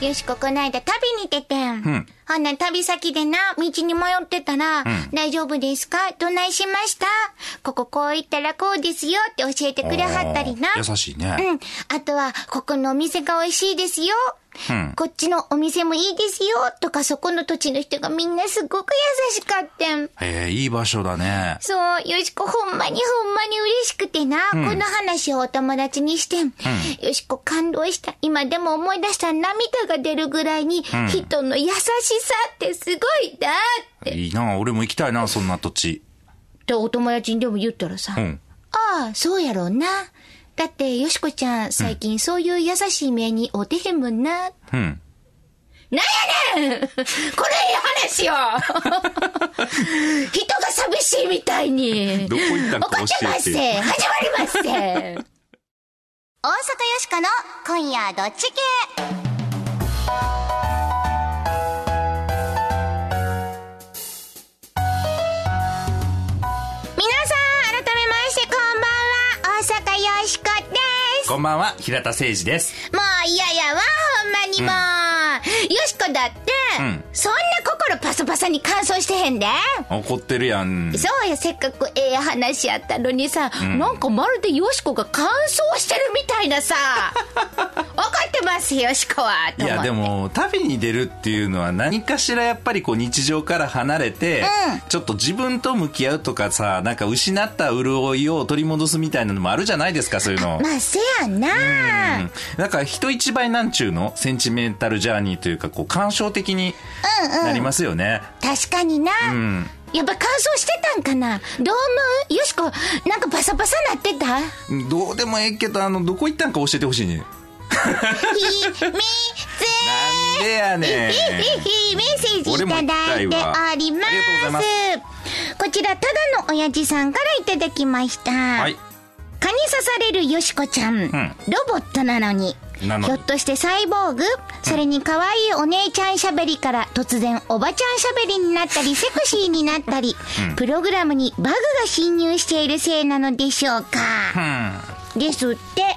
よしここないだ旅に出てん。んほんなら旅先でな、道に迷ってたら、大丈夫ですかどないしましたこここう行ったらこうですよって教えてくれはったりな。おー優しいね。うん。あとは、ここのお店が美味しいですよ。んこっちのお店もいいですよ。とか、そこの土地の人がみんなすごく優しかったん。えー、いい場所だね。そう、よしこほんまにほんまに嬉しくてな、この話をお友達にしてん。よしこ感動した。今でも思い出したら涙が出るぐらいに、人の優しさってすごいだって。いいな、俺も行きたいな、そんな土地。ってお友達にでも言ったらさ、うん。ああ、そうやろうな。だって、よしこちゃん、最近そういう優しい目におてへんもんな。うん。なんや ねんこれいい話よ 人が寂しいみたいに。どこ行ったんか怒ってます教え始てまります大阪よしかの今夜どっち系皆さん、改めましてこんばんは。大阪よしこです。こんばんは、平田誠二です。もう嫌やわ、ほんまにもう。よしこだって、うんそんな心パサパサに乾燥してへんで。怒ってるやん。そうや、せっかくええ話やったのにさ、なんかまるでよしこが乾燥してるみたいな さ。怒ってます、よしこは。とい思ってやでも旅に出るっていうのは何かしらやっぱりこう日常から離れて、ちょっと自分と向き合うとかさなんか失った潤いを取り戻すみたいなのもあるじゃないですかそういうの。まあ、せやな。うん、だから人一倍なんちゅうのセンチメンタルジャーニーというかこう感傷的になりますよね、確かにな。んやっぱ乾燥してたんかなどう思うよしこ、なんかパサパサなって たどうでもええけどあのどこ行ったんか教えてほしいねなんひ、み、つ、でやね んひひメッセージいただいておりま。俺も行きたいわありがとうございますこちら、ただの親父さんからいただきました。はい蚊に刺されるよしこちゃん,、ロボットなのに。なのにひょっとしてサイボーグそれに可愛いお姉ちゃん喋りから突然おばちゃん喋りになったりセクシーになったり、プログラムにバグが侵入しているせいなのでしょうか。ですって。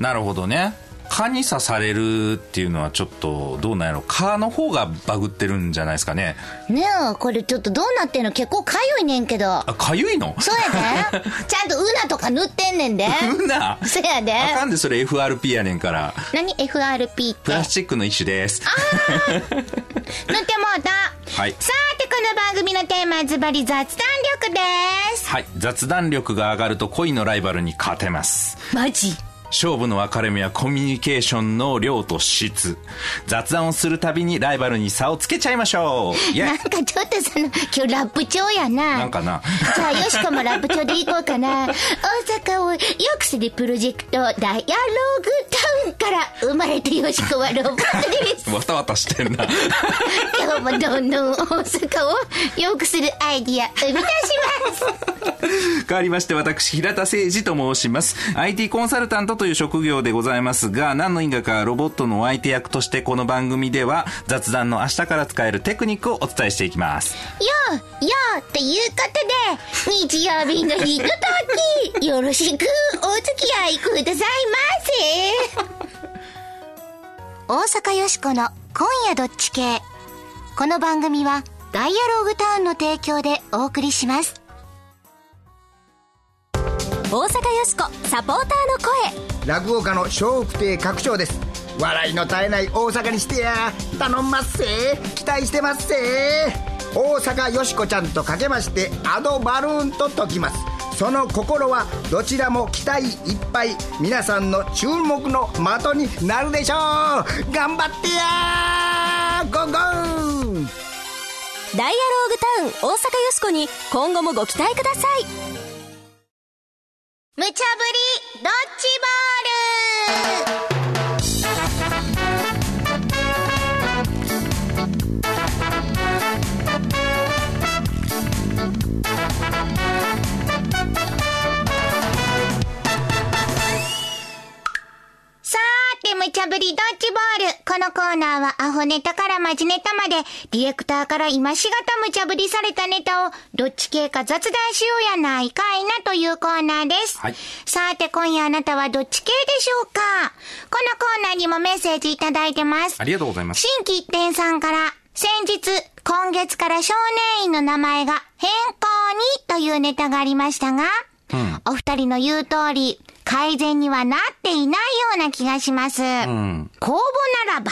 なるほどね蚊に刺されるっていうのはちょっとどうなんやろ蚊の方がバグってるんじゃないですかねねえ、これちょっとどうなってんの結構かゆいねんけど。あかゆいのそうや で。ちゃんとウナとか塗ってんねんで。うなあそうやで。かんでそれ FRP やねんから何 FRP って。プ塗ラっスチックの一種ですてもうた。はいさて、この番組のテーマはズバリ雑談力です。はい雑談力が上がると恋のライバルに勝てますマジ勝負の分かれ目はコミュニケーションの量と質雑談をするたびにライバルに差をつけちゃいましょういや なんかちょっとその、今日ラップ調やなな。んかなじゃあ、よしこもラップ調でいこうかな。大阪をよくするプロジェクト、ダイアローグタウンから生まれてよしこはロボットです。わたわたしてんな今日もどんどん大阪をよくするアイディア生み出します。 変わりまして私平田誠二と申します IT コンサルタントという職業でございますが何の因果かロボットのお相手役としてこの番組では雑談の明日から使えるテクニックをお伝えしていきますようようということで、日曜日のひととき、よろしくお付き合いくださいませ。 大阪よしこの今夜どっち系。この番組は、ダイアローグタウンの提供でお送りします。大阪よしこサポーターの声落語家の笑福亭拡張です笑いの絶えない大阪にしてや頼んますせ期待してますせ大阪よしこちゃんとかけましてアドバルーンと解きますその心はどちらも期待いっぱい皆さんの注目の的になるでしょう頑張ってやゴーゴーダイアローグタウン大阪よしこに今後もご期待ください無茶ぶりドッジボールさーて、無茶イチャぶりドッジボール。このコーナーはアホネタからマジネタまで、ディレクターから今しがた無茶ぶりされたネタを、どっち系か雑談しようやないかいなというコーナーです。はいさて今夜あなたはどっち系でしょうかこのコーナーにもメッセージいただいてます。ありがとうございます。新規一点さんから、先日、今月から少年院の名前が変更にというネタがありましたが、んお二人の言う通り、改善にはなっていないような気がします。うん。公募ならば、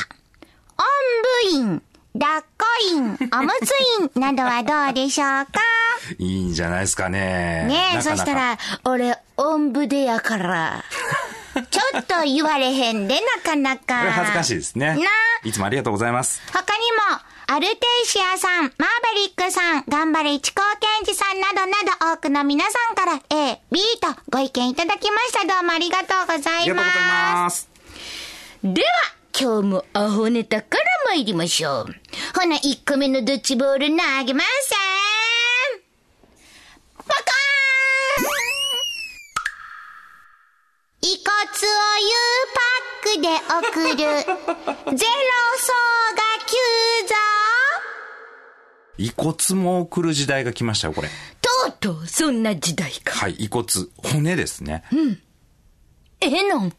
おんぶ院、抱っこ 院、おむつ院などはどうでしょうかいいんじゃないですかね。ねえ、なかそなかした。ら、俺、おんぶでやから。ちょっと言われへんで、なかなか。 これ恥ずかしいですねな。いつもありがとうございます。他にも、アルテイシアさん、マーベリックさん、頑張れ一高健二さんなどなど多くの皆さんから A、B とご意見いただきました。どうもありがとうござありいがとうございます。ます。では、今日もアホネタから参りましょう。ほな、1個目のドッジボール投げますパカーン遺骨を U パックで送る、 ゼロ層が急増遺骨も送る時代が来ましたよ、これ。とうとうそんな時代かはい、遺骨。骨ですね。ええのん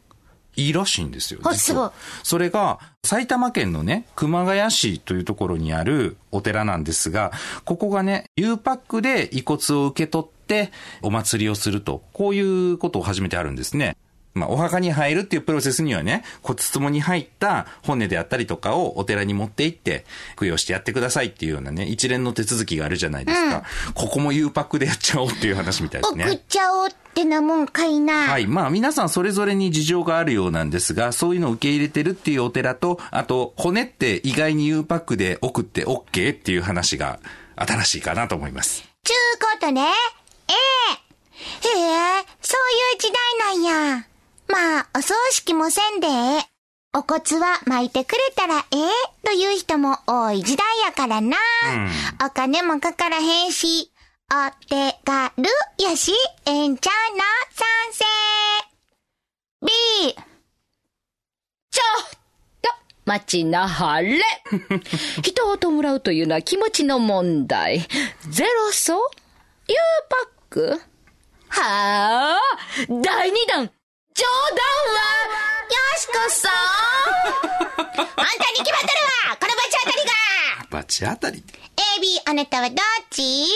いいらしいんですよ。あ実はすそれが、埼玉県のね、熊谷市というところにあるお寺なんですが、ここがね、U パックで遺骨を受け取って、お祭りをすると、こういうことを始めてあるんですね。まあ、お墓に入るっていうプロセスにはね、骨壺に入った骨であったりとかをお寺に持って行って、供養してやってくださいっていうようなね、一連の手続きがあるじゃないですか。ここも U パックでやっちゃおうっていう話みたいですね。送っちゃおうってなもんかいな。はい。まあ、皆さんそれぞれに事情があるようなんですが、そういうのを受け入れてるっていうお寺と、あと、骨って意外に U パックで送って OK っていう話が新しいかなと思います。ちゅうことね。ええ。へえ、そういう時代なんや。まあ、お葬式もせんでええ。お骨は巻いてくれたらええという人も多い時代やからな。お金もかからへんし、お手軽やし、ええんちゃうの賛成。B、ちょっと待ちなはれ人を弔うというのは気持ちの問題。ゼロ層 ?U パックはあ第二弾冗談はよしこそあんたに決まっとるわこの場所あたりがバチ当たり。 !A、B、あなたはどっち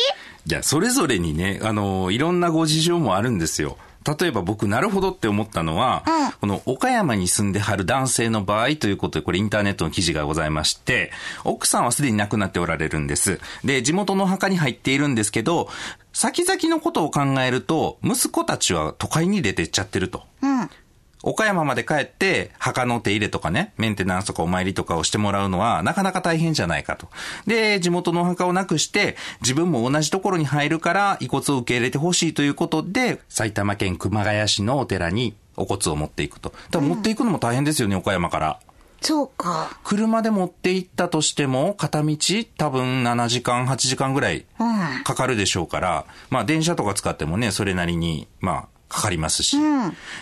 じゃあ、それぞれにね、あのいろんなご事情もあるんですよ。例えば僕、なるほどって思ったのは、うんこの岡山に住んではる男性の場合ということで、これインターネットの記事がございまして、奥さんはすでに亡くなっておられるんです。で、地元の墓に入っているんですけど、先々のことを考えると、息子たちは都会に出てっちゃってると。うん。岡山まで帰って、墓の手入れとかね、メンテナンスとかお参りとかをしてもらうのは、なかなか大変じゃないかと。で、地元のお墓をなくして、自分も同じところに入るから、遺骨を受け入れてほしいということで、埼玉県熊谷市のお寺にお骨を持っていくと。ただ持っていくのも大変ですよね、岡山から。そうか。車で持って行ったとしても、片道多分7時間、8時間ぐらいうんかかるでしょうから、まあ電車とか使ってもね、それなりに、まあ、かかりますし。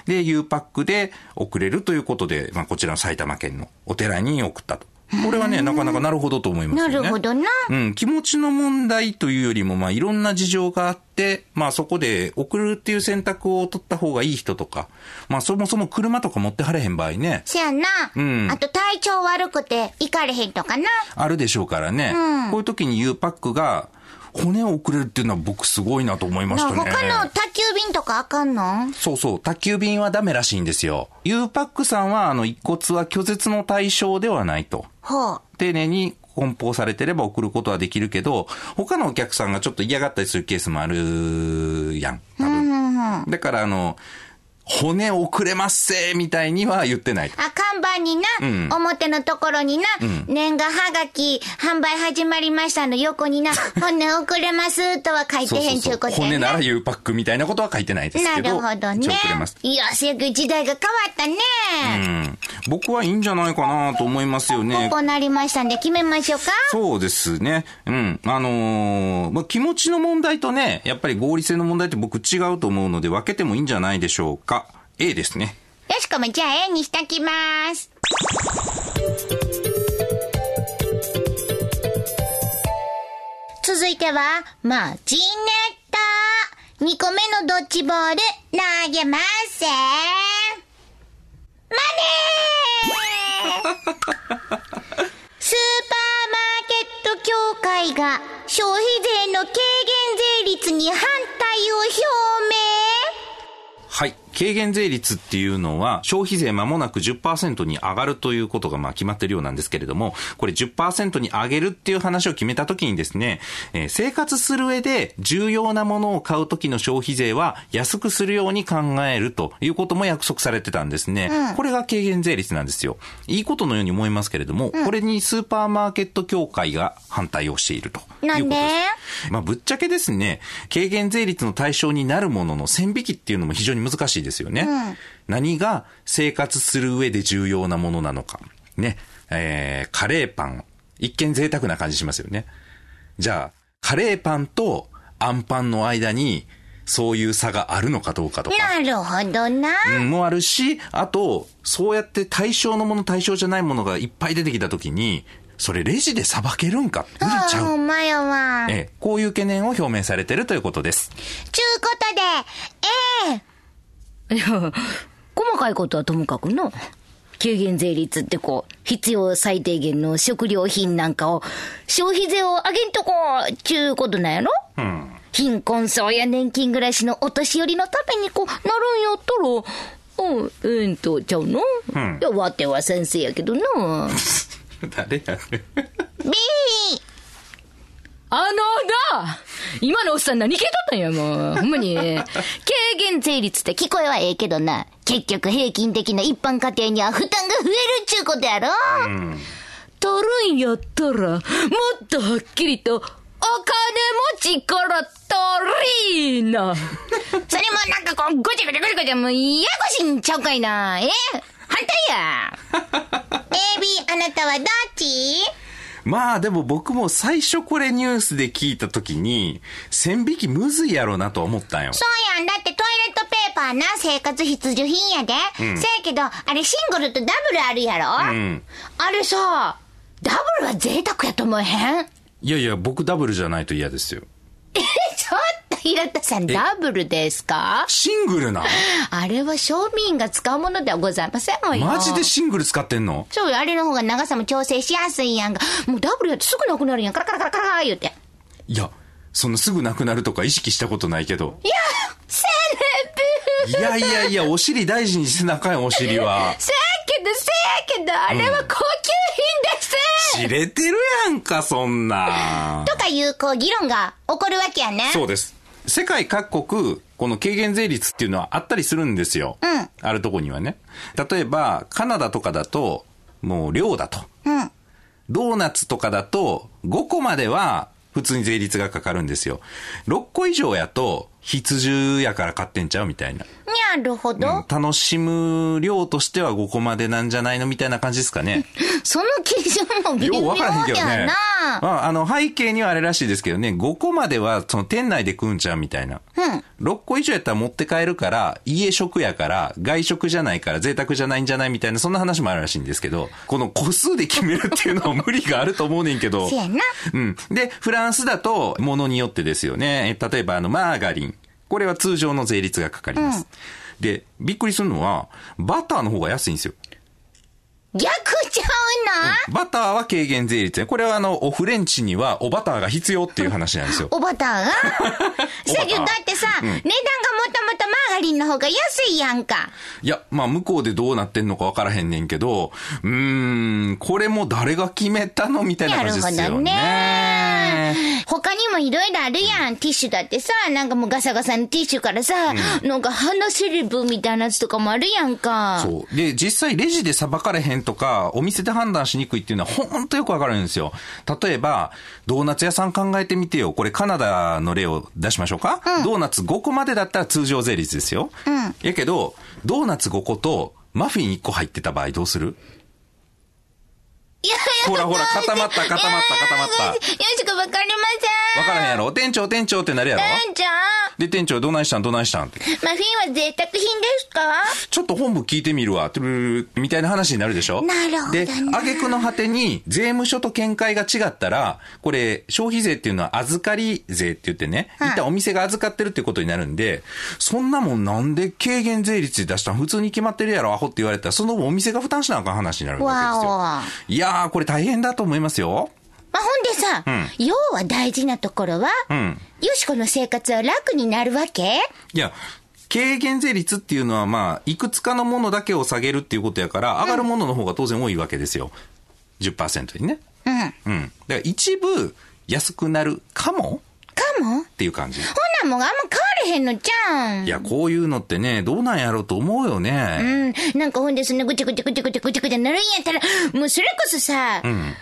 で、U パックで送れるということで、まあこちらの埼玉県のお寺に送ったと。これはね、なかなかなるほどと思いますよなね。るほどな。うん、気持ちの問題というよりも、まあ、いろんな事情があって、まあ、そこで送るっていう選択を取った方がいい人とか、まあ、そもそも車とか持ってはれへん場合ね、せやな。うんあと体調悪くて行かれへんとかな。あるでしょうからね。うんこういう時に U パックが、骨を送れるっていうのは僕すごいなと思いましなた他のね。宅急便とかあかんのそうそう、宅急便はダメらしいんですよ。U パックさんは、あの、遺骨は拒絶の対象ではないと。ほう。丁寧に梱包されてれば送ることはできるけど、他のお客さんがちょっと嫌がったりするケースもあるやん。多分。だから、あの、骨送れますせーみたいには言ってない。あ、看板にな、うん表のところにな、年賀はがき、販売始まりましたの横に な、骨遅れますとは書いてへんちゅうことや骨ななら。U パックみたいなことは書いてないですなけるど。ほど一ね応送れます。。いや、せやけど時代が変わったね。うん僕はいいんじゃないかなと思いますよねこ。うなりましたんで決めましょうか。そうですね。うん。あのーまあ、気持ちの問題とね、やっぱり合理性の問題って僕違うと思うので分けてもいいんじゃないでしょうか。A ですね。よしこもじゃあ A にしときます。続いては、マジネット。2個目のドッジボール、投げますせマネースーパーマーケット協会が消費税の軽減税率に反対を表明はい。軽減税率っていうのは、消費税間もなく10%に上がるということがまあ決まってるようなんですけれども、これ10%に上げるっていう話を決めた時にですね、えー生活する上で重要なものを買う時の消費税は安くするように考えるということも約束されてたんですね。これが軽減税率なんですよ。いいことのように思いますけれども、これにスーパーマーケット協会が反対をしているということです。なんでまあ、ぶっちゃけですね、軽減税率の対象になるものの線引きっていうのも非常に難しいですよね。何が生活する上で重要なものなのか。ね。えー、カレーパン。一見贅沢な感じしますよね。じゃあ、カレーパンとアンパンの間に、そういう差があるのかどうかとか。なるほどな。うんもあるし、あと、そうやって対象のもの対象じゃないものがいっぱい出てきたときに、それレジでさばけるんか無理ちゃああ、うお。前は。ええ、こういう懸念を表明されてるということです。ちゅうことで、ええいや、 細かいことはともかくの。軽減税率ってこう、必要最低限の食料品なんかを、消費税を上げんとこう、ちゅうことなんやろうん。貧困層や年金暮らしのお年寄りのためにこう、なるんやったら、うん、ええんとちゃうの、んいや、わては先生やけどな。誰やねん B! あのな今のおっさん何聞いとったんや、もう。ほんまに。軽減税率って聞こえはええけどな。結局平均的な一般家庭には負担が増えるっちゅうことやろ、取るんやったら、もっとはっきりと、お金持ちから取りーな。それもなんかこう、ごちゃごちゃごちゃごちゃ、もう、ややこしいんちゃうかいな。え反対や。 ?AB、あなたはどっちまあでも僕も最初これニュースで聞いた時に、線引きむずいやろなとは思ったんよ。そうやん。だってトイレットペーパーな、生活必需品やで。せやけど、あれシングルとダブルあるやろ、うん。あれさ、ダブルは贅沢やと思えへんえ、いやいや、僕ダブルじゃないと嫌ですよ。ちょっと平田さん、ダダブルですかシングルなあれは庶民が使うものではございませんもんよ。マジでシングル使ってんのそうよ、あれの方が長さも調整しやすいやんか。もうダブルやってすぐなくなるやん。カラカラカラカラー言うて。いや、そのすぐなくなるとか意識したことないけど。セレブいやいやいや、お尻大事にしてなあかんよお尻 は。せやけど、せやけど、あれは高級品です、知れてるやんか、そんな。とかいう、こう、議論が起こるわけやね。そうです。世界各国、この軽減税率っていうのはあったりするんですよ。んあるとこにはね。例えば、カナダとかだと、もう量だと。うん。ドーナツとかだと、5個までは普通に税率がかかるんですよ。6個以上やと、必需やから買ってんちゃうみたいな。なるほど。うん楽しむ量としては5個までなんじゃないのみたいな感じですかね。その基準も 微よう妙分からへんけどやね。な。まあ、あの、背景にはあれらしいですけどね、5個までは、その店内で食うんちゃうみたいな。う6個以上やったら持って帰るから、家食やから、外食じゃないから、贅沢じゃないんじゃないみたいな、そんな話もあるらしいんですけど、この個数で決めるっていうのは無理があると思うねんけ どせ。やな。うん。で、フランスだと、ものによってですよね。え例えば、あの、マーガリン。これは通常の税率がかかります。で、びっくりするのは、バターの方が安いんですよ。逆ちゃうな。。バターは軽減税率ね。これはあの、おフレンチにはおバターが必要っていう話なんですよおばたがせやけど、だってさ、値段がもともとマーガリンの方が安いやんか。いや、まあ向こうでどうなってんのかわからへんねんけど、うーん、これも誰が決めたのみたいなな感るじでほすよどね。ね。他にもいろいろあるやん。ティッシュだってさ、なんかもうガサガサのティッシュからさ、なんか鼻セレブみたいなやつとかもあるやんか。そう。で、実際レジで裁かれへんとか、お店で判断しにくいっていうのはほんとよくわかるんですよ。例えば、ドーナツ屋さん考えてみてよ。これカナダの例を出しましょうか、ドーナツ5個までだったら通常税率ですよ。やけど、ドーナツ5個とマフィン1個入ってた場合どうするいや、ほらほら、固まった、固まった、固まった。よしこわかりません。わからへんやろ店長、店長ってなるやろ店長で、店長、どないしたんどないしたんって。マフィンは贅沢品ですかちょっと本部聞いてみるわ、トゥルルルみたいな話になるでしょなるほどでな、挙句の果てに、税務署と見解が違ったら、これ、消費税っていうのは預かり税って言ってね、はい一旦お店が預かってるってことになるんで、そんなもんなんで軽減税率で出したん普通に決まってるやろ、アホって言われたら、その分お店が負担しなあかん話になるわわけですよ。いやー、これ大変だと思いますよ。まあ、ほんでさ、要は大事なところは、んよしこの生活は楽になるわけいや、軽減税率っていうのは、まあ、いくつかのものだけを下げるっていうことやから、上がるものの方が当然多いわけですよ。10%にね。うん。かうん。だから一部安くなるかももほんっていう感じ。いなんもんあんま変われへんのじゃん。や、こういうのってね、どうなんやろうと思うようね。ん。なんかほんでそんなぐちゃぐちゃぐちゃぐちゃぐちゃぐちゃなるんやったら、もうそれこそさ、ん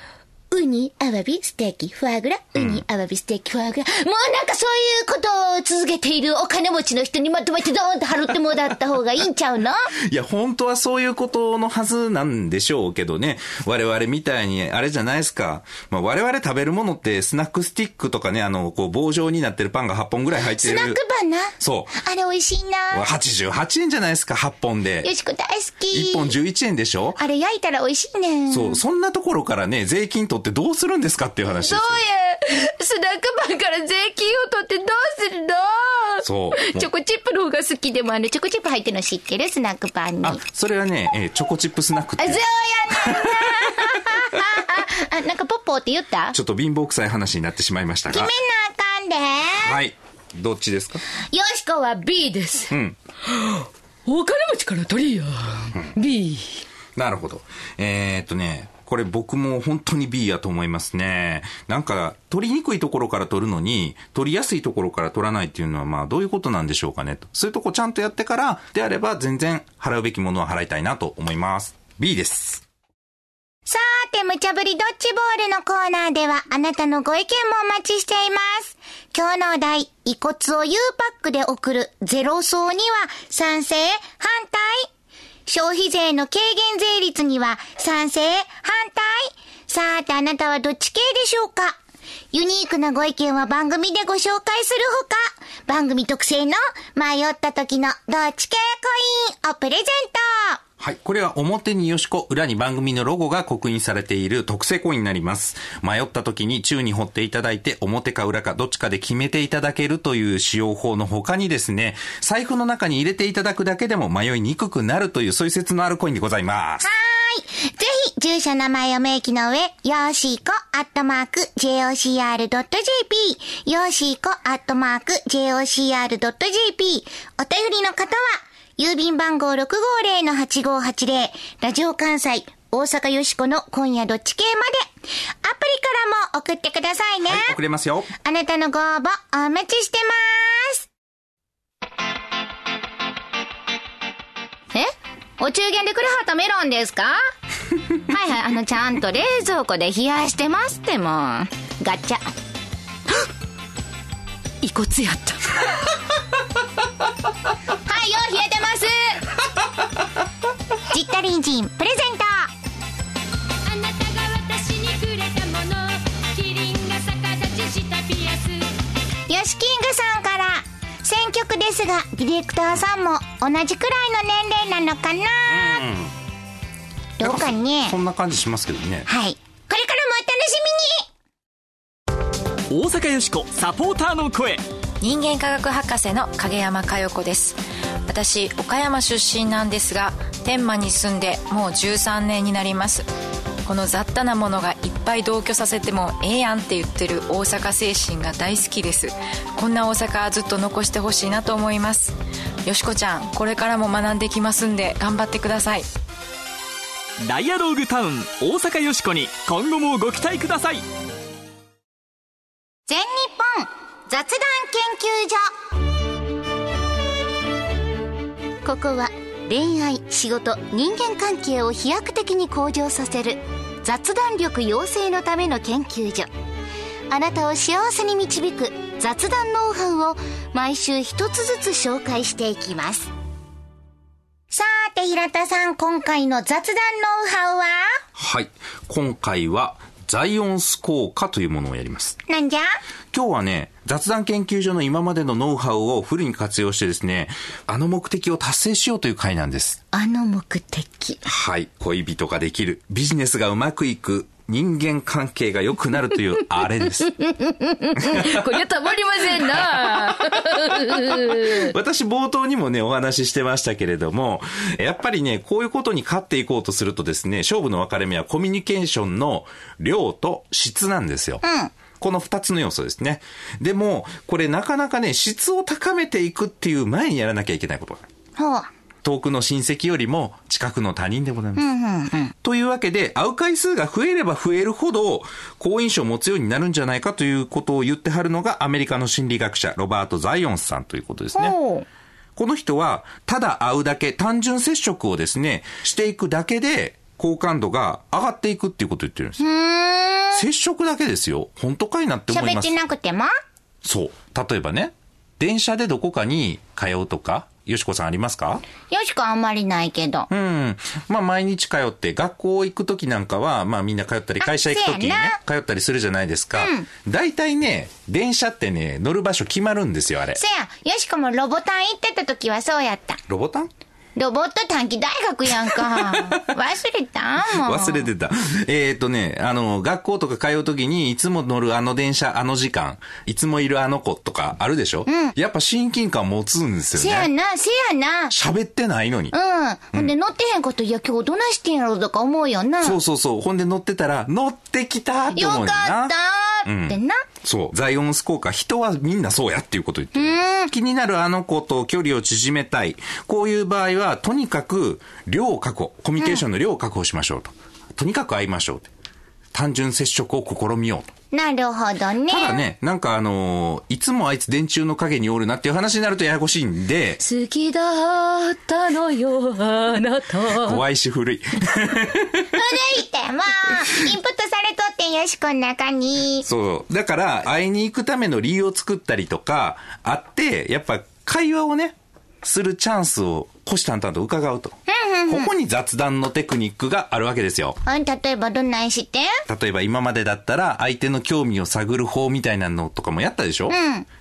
ウニ、アワビ、ステーキ、フォアグラ、ウニ、アワビ、ステーキ、フォアグラ。もうなんかそういうことを続けているお金持ちの人にまとめてドーンと払ってもらった方がいいんちゃうのいや、本当はそういうことのはずなんでしょうけどね。我々みたいに、あれじゃないですか。まあ、我々食べるものって、スナックスティックとかね、あの、こう、棒状になってるパンが8本ぐらい入ってスる。ナックパンな。そう。あれ美味しいな。 88円じゃないですか、8本で。よしこ大好き。 1本11円でしょあれ焼いたら美味しいねん。そう、そんなところからね、税金取ってどうするんですかっていう話ですどよ。うやスナックパンから税金を取ってどうするのそう チョコチップの方が好きでもあるチョコチップ入ってるの知ってるスナックパンに。あ、あ、それはね、えーチョコチップスナックってそういやうねんな あ、なんかポッポーって言ったちょっと貧乏くさい話になってしまいました決が。めなあかんはい。どっちですかで。よしこは B です、んお金持ちから取りや、B なるほど。えー、っとね、これ僕も本当に B やと思いますね。なんか、取りにくいところから取るのに、取りやすいところから取らないっていうのは、まあ、どういうことなんでしょうかねと。そういうとこちゃんとやってから、であれば全然払うべきものは払いたいなと思います。B です。さーて、無茶ぶりドッジボールのコーナーでは、あなたのご意見もお待ちしています。今日のお題、遺骨を U パックで送るゼロ層には、賛成、反対。消費税の軽減税率には、賛成、反対。さーて、あなたはどっち系でしょうかユニークなご意見は番組でご紹介するほか、番組特製の迷った時のどっち系コインをプレゼント。はい。これは表によしこ、裏に番組のロゴが刻印されている特製コインになります。迷った時に宙に掘っていただいて、表か裏かどっちかで決めていただけるという使用法の他にですね、財布の中に入れていただくだけでも迷いにくくなるという、そういう説のあるコインでございます。はい。ぜひ、住所名前を明記の上、よーしーこ、アットマーク、jocr.jp、よーしーこ、アットマーク、jocr.jp、お便りの方は、郵便番号650-8580、ラジオ関西、大阪よしこの今夜どっち系まで、アプリからも送ってくださいね。はい、送れますよ。あなたのご応募お待ちしてます。えお中元でくれはったメロンですかはいはいあのちゃんと冷蔵庫で冷やしてますってもガチャ遺骨やったはいよ、冷えてます。じったりんじん、プレゼント。あなたが私にくれたものキリンが逆立ちしたピアスヨシキングさんから選曲ですがディレクターさんも同じくらいの年齢なのかなどうかねそんな感じしますけどね。はいこれからもお楽しみに大阪よしこサポーターの声人間科学博士の影山佳代子です私岡山出身なんですが天満に住んでもう13年になりますこの雑多なものがいっぱい同居させてもええやんって言ってる大阪精神が大好きですこんな大阪ずっと残してほしいなと思いますよしこちゃんこれからも学んできますんで頑張ってくださいダイアローグタウン大阪よしこに今後もご期待ください全日本雑談研究所ここは恋愛仕事人間関係を飛躍的に向上させる雑談力養成のための研究所あなたを幸せに導く雑談ノウハウを毎週一つずつ紹介していきますさーて平田さん今回の雑談ノウハウははい。今回は、ザイオンス効果というものをやります。なんじゃ今日はね、雑談研究所の今までのノウハウをフルに活用してですね、あの目的を達成しようという回なんです。あの目的。はい。恋人ができる。ビジネスがうまくいく。人間関係が良くなるというあれです。こりゃたまりませんな。 私冒頭にもね、お話ししてましたけれども、やっぱりね、こういうことに勝っていこうとするとですね、勝負の分かれ目はコミュニケーションの量と質なんですよ。この二つの要素ですね。でも、これなかなかね、質を高めていくっていう前にやらなきゃいけないことがある。ほう。遠くの親戚よりも近くの他人でございます。というわけで、会う回数が増えれば増えるほど、好印象を持つようになるんじゃないかということを言ってはるのが、アメリカの心理学者、ロバート・ザイオンスさんということですね。ほう。この人は、ただ会うだけ、単純接触をですね、していくだけで、好感度が上がっていくっていうことを言ってるんですよ。接触だけですよ。本当かいなって思い喋まっすて。なくてもそう。例えばね、電車でどこかに通うとか、よしこさんありますかよしこあんまりないけど。うん。まあ、毎日通って、学校行くときなんかは、まあ、みんな通ったり、あ会社行くときにねせやな、通ったりするじゃないですか。大体ね、電車ってね、乗る場所決まるんですよ、あれ。せや、よしこもロボタン行ってた時はそうやった。ロボタンロボット短期大学やん か。忘れたもん。忘れてた。 えーっとね、あの、学校とか通うときに、いつも乗るあの電車、あの時間、いつもいるあの子とかあるでしょ、やっぱ親近感持つんですせよやね。な、せやな。喋ってないのに。うん。ほんで乗ってへんこと、いや、今日どないしてんやろとか思うよな。そうそうそう。ほんで乗ってたら、乗ってきたってよかっ思うんだな。たーってな。そう。ザイオンス効果、人はみんなそうやっていうことを言ってる。気になるあの子と距離を縮めたい。こういう場合は、とにかく、量を確保。コミュニケーションの量を確保しましょうと。とにかく会いましょうと。単純接触を試みようと。なるほどね。ただね、なんかあのーいつもあいつ電柱の影におるなっていう話になるとややこしいんで、好きだったのよ、あなた。怖いし古い。古いって、もう、インプットされとってんよしこの中に。そう。だから、会いに行くための理由を作ったりとか、あって、やっぱ会話をね、するチャンスを虎視眈々と伺うと。ここに雑談のテクニックがあるわけですよ。うん、例えばどんなんして例えば今までだったら相手の興味を探る方みたいなのとかもやったでしょん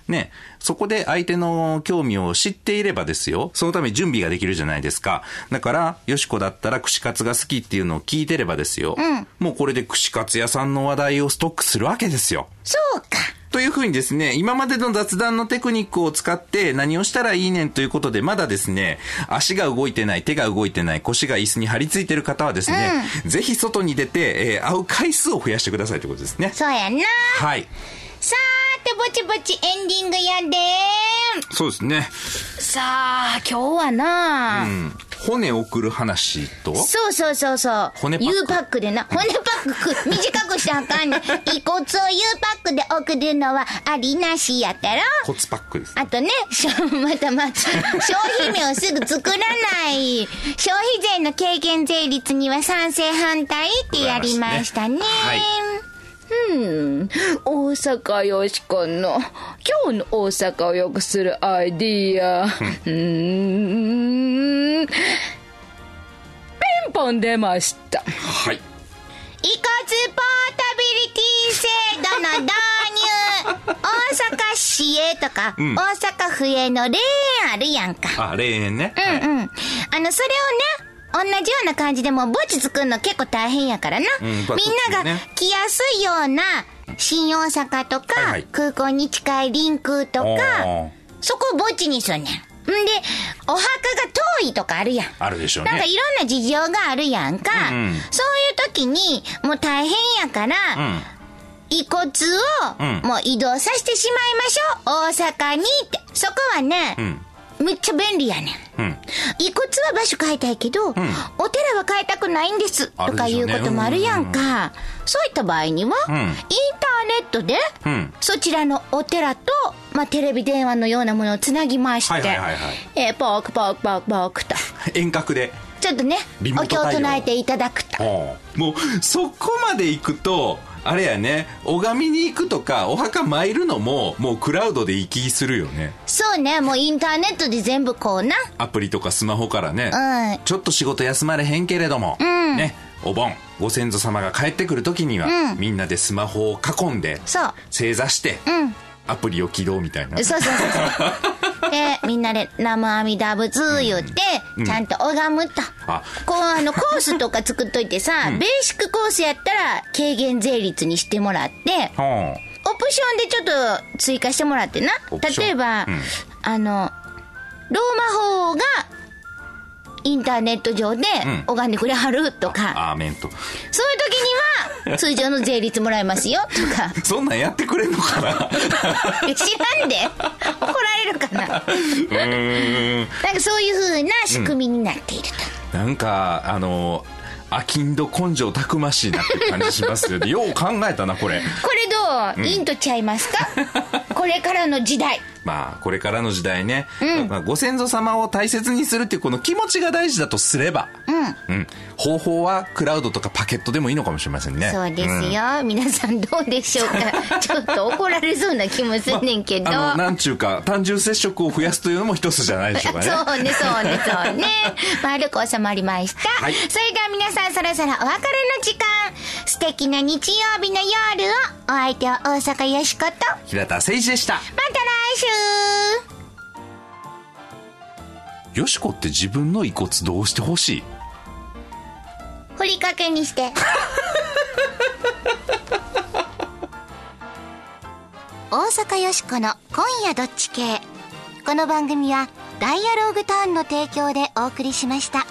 ね。そこで相手の興味を知っていればですよ。そのために準備ができるじゃないですか。だから、よしこだったら串カツが好きっていうのを聞いてればですよ。もうこれで串カツ屋さんの話題をストックするわけですよ。そうか。というふうにですね、今までの雑談のテクニックを使って何をしたらいいねんということで、まだですね、足が動いてない、手が動いてない、腰が椅子に張り付いてる方はですね、ぜひ外に出て、えー会う回数を増やしてくださいということですね。そうやな。はい。さーて、ぼちぼちエンディングやでそうですね。ーさあ、今日はなうー、ん。骨送る話と、そうそうそうそう。骨パック U パックでな。骨パック、短くしたらあかん ねん。遺骨を U パックで送るのはありなしやったろ骨パックです。あとね、 しょまたまた、消費名をすぐ作らない。消費税の軽減税率には賛成反対ってやりましたね。ございましうん大阪よしこの、今日の大阪を良くするアイディア。うーん。ピンポン出ました。はい。遺骨ポータビリティ制度の導 入。大阪市営とか、ん大阪府営の例あるやんか。あ、霊園ね。うんうん。あの、それをね、同じような感じでもう墓地作るの結構大変やからな。うんみんまあなが来やすいような、新大阪とか、はいはい空港に近い臨空とおか、ーそこを墓地にすんねん。んで、お墓が遠いとかあるやん。あるでしょうなんかねい。ろんな事情があるやんか。うんうんそういう時に、もう大変やから、うん。遺骨うんを、もう移動させてしまいましょう。大阪にって。そこはね、うん。めっちゃ便利やねん。うん。遺骨は場所変えたいけど、お寺は変えたくないんですとあるでかしいょううねこともあるやんか、うそういった場合には、んインターネットで、うんそちらのお寺と、まあ、テレビ電話のようなものをつなぎまして、はいはいはいはいえーポークポークポークポークと遠隔で。ちょっとねリモおート対経応を唱えていただくともうそこまで行くとあれやね拝みに行くとかお墓参るのももうクラウドで行き来するよねそうねもうインターネットで全部こうなアプリとかスマホからね、うんちょっと仕事休まれへんけれども、ねお盆ご先祖様が帰ってくる時には、うんみんなでスマホを囲んでそう正座して、うんアプリを起動みたいなそうそうそう そう。で、みんなで、生阿弥陀仏言って、ちゃんと拝むと。あこう、あの、コースとか作っといてさ、ベーシックコースやったら、軽減税率にしてもらって、はオプションでちょっと追加してもらってなオプ。ション例えば、うんあの、ローマ法が、インターネット上でん拝んでくれはるとか、あアーメンそうという時 には、通常の税率もらえますよとか、そんなんやってくれんのかな 知らんで、怒られるかな。うーなんんかそういう風な仕組みになっていると。なんかあのあきんど根性たくましいなって感じしますよねよう考えたなこれこれどう、いいんとちゃいますかこれからの時 代。まあこれからの時代ね、まあご先祖様を大切にするっていうこの気持ちが大事だとすれば、うん方法はクラウドとかパケットでもいいのかもしれませんねそうですんよ。皆さんどうでしょうか ちょっと怒られそうな気もすんねんけど。あのなんちゅうか単純接触を増やすというのも一つじゃないでしょうかねそうね、そうね、そうね。丸く収まりました。はいそれでは皆さんそろそろお別れの時間。素敵な日曜日の夜を。お相手は大阪よしこと。また来平田誠一でした週よしこって自分の遺骨どうしてほしいふりかけにして。大阪よしこの今夜どっち系。この番組はダイアローグターンの提供でお送りしました。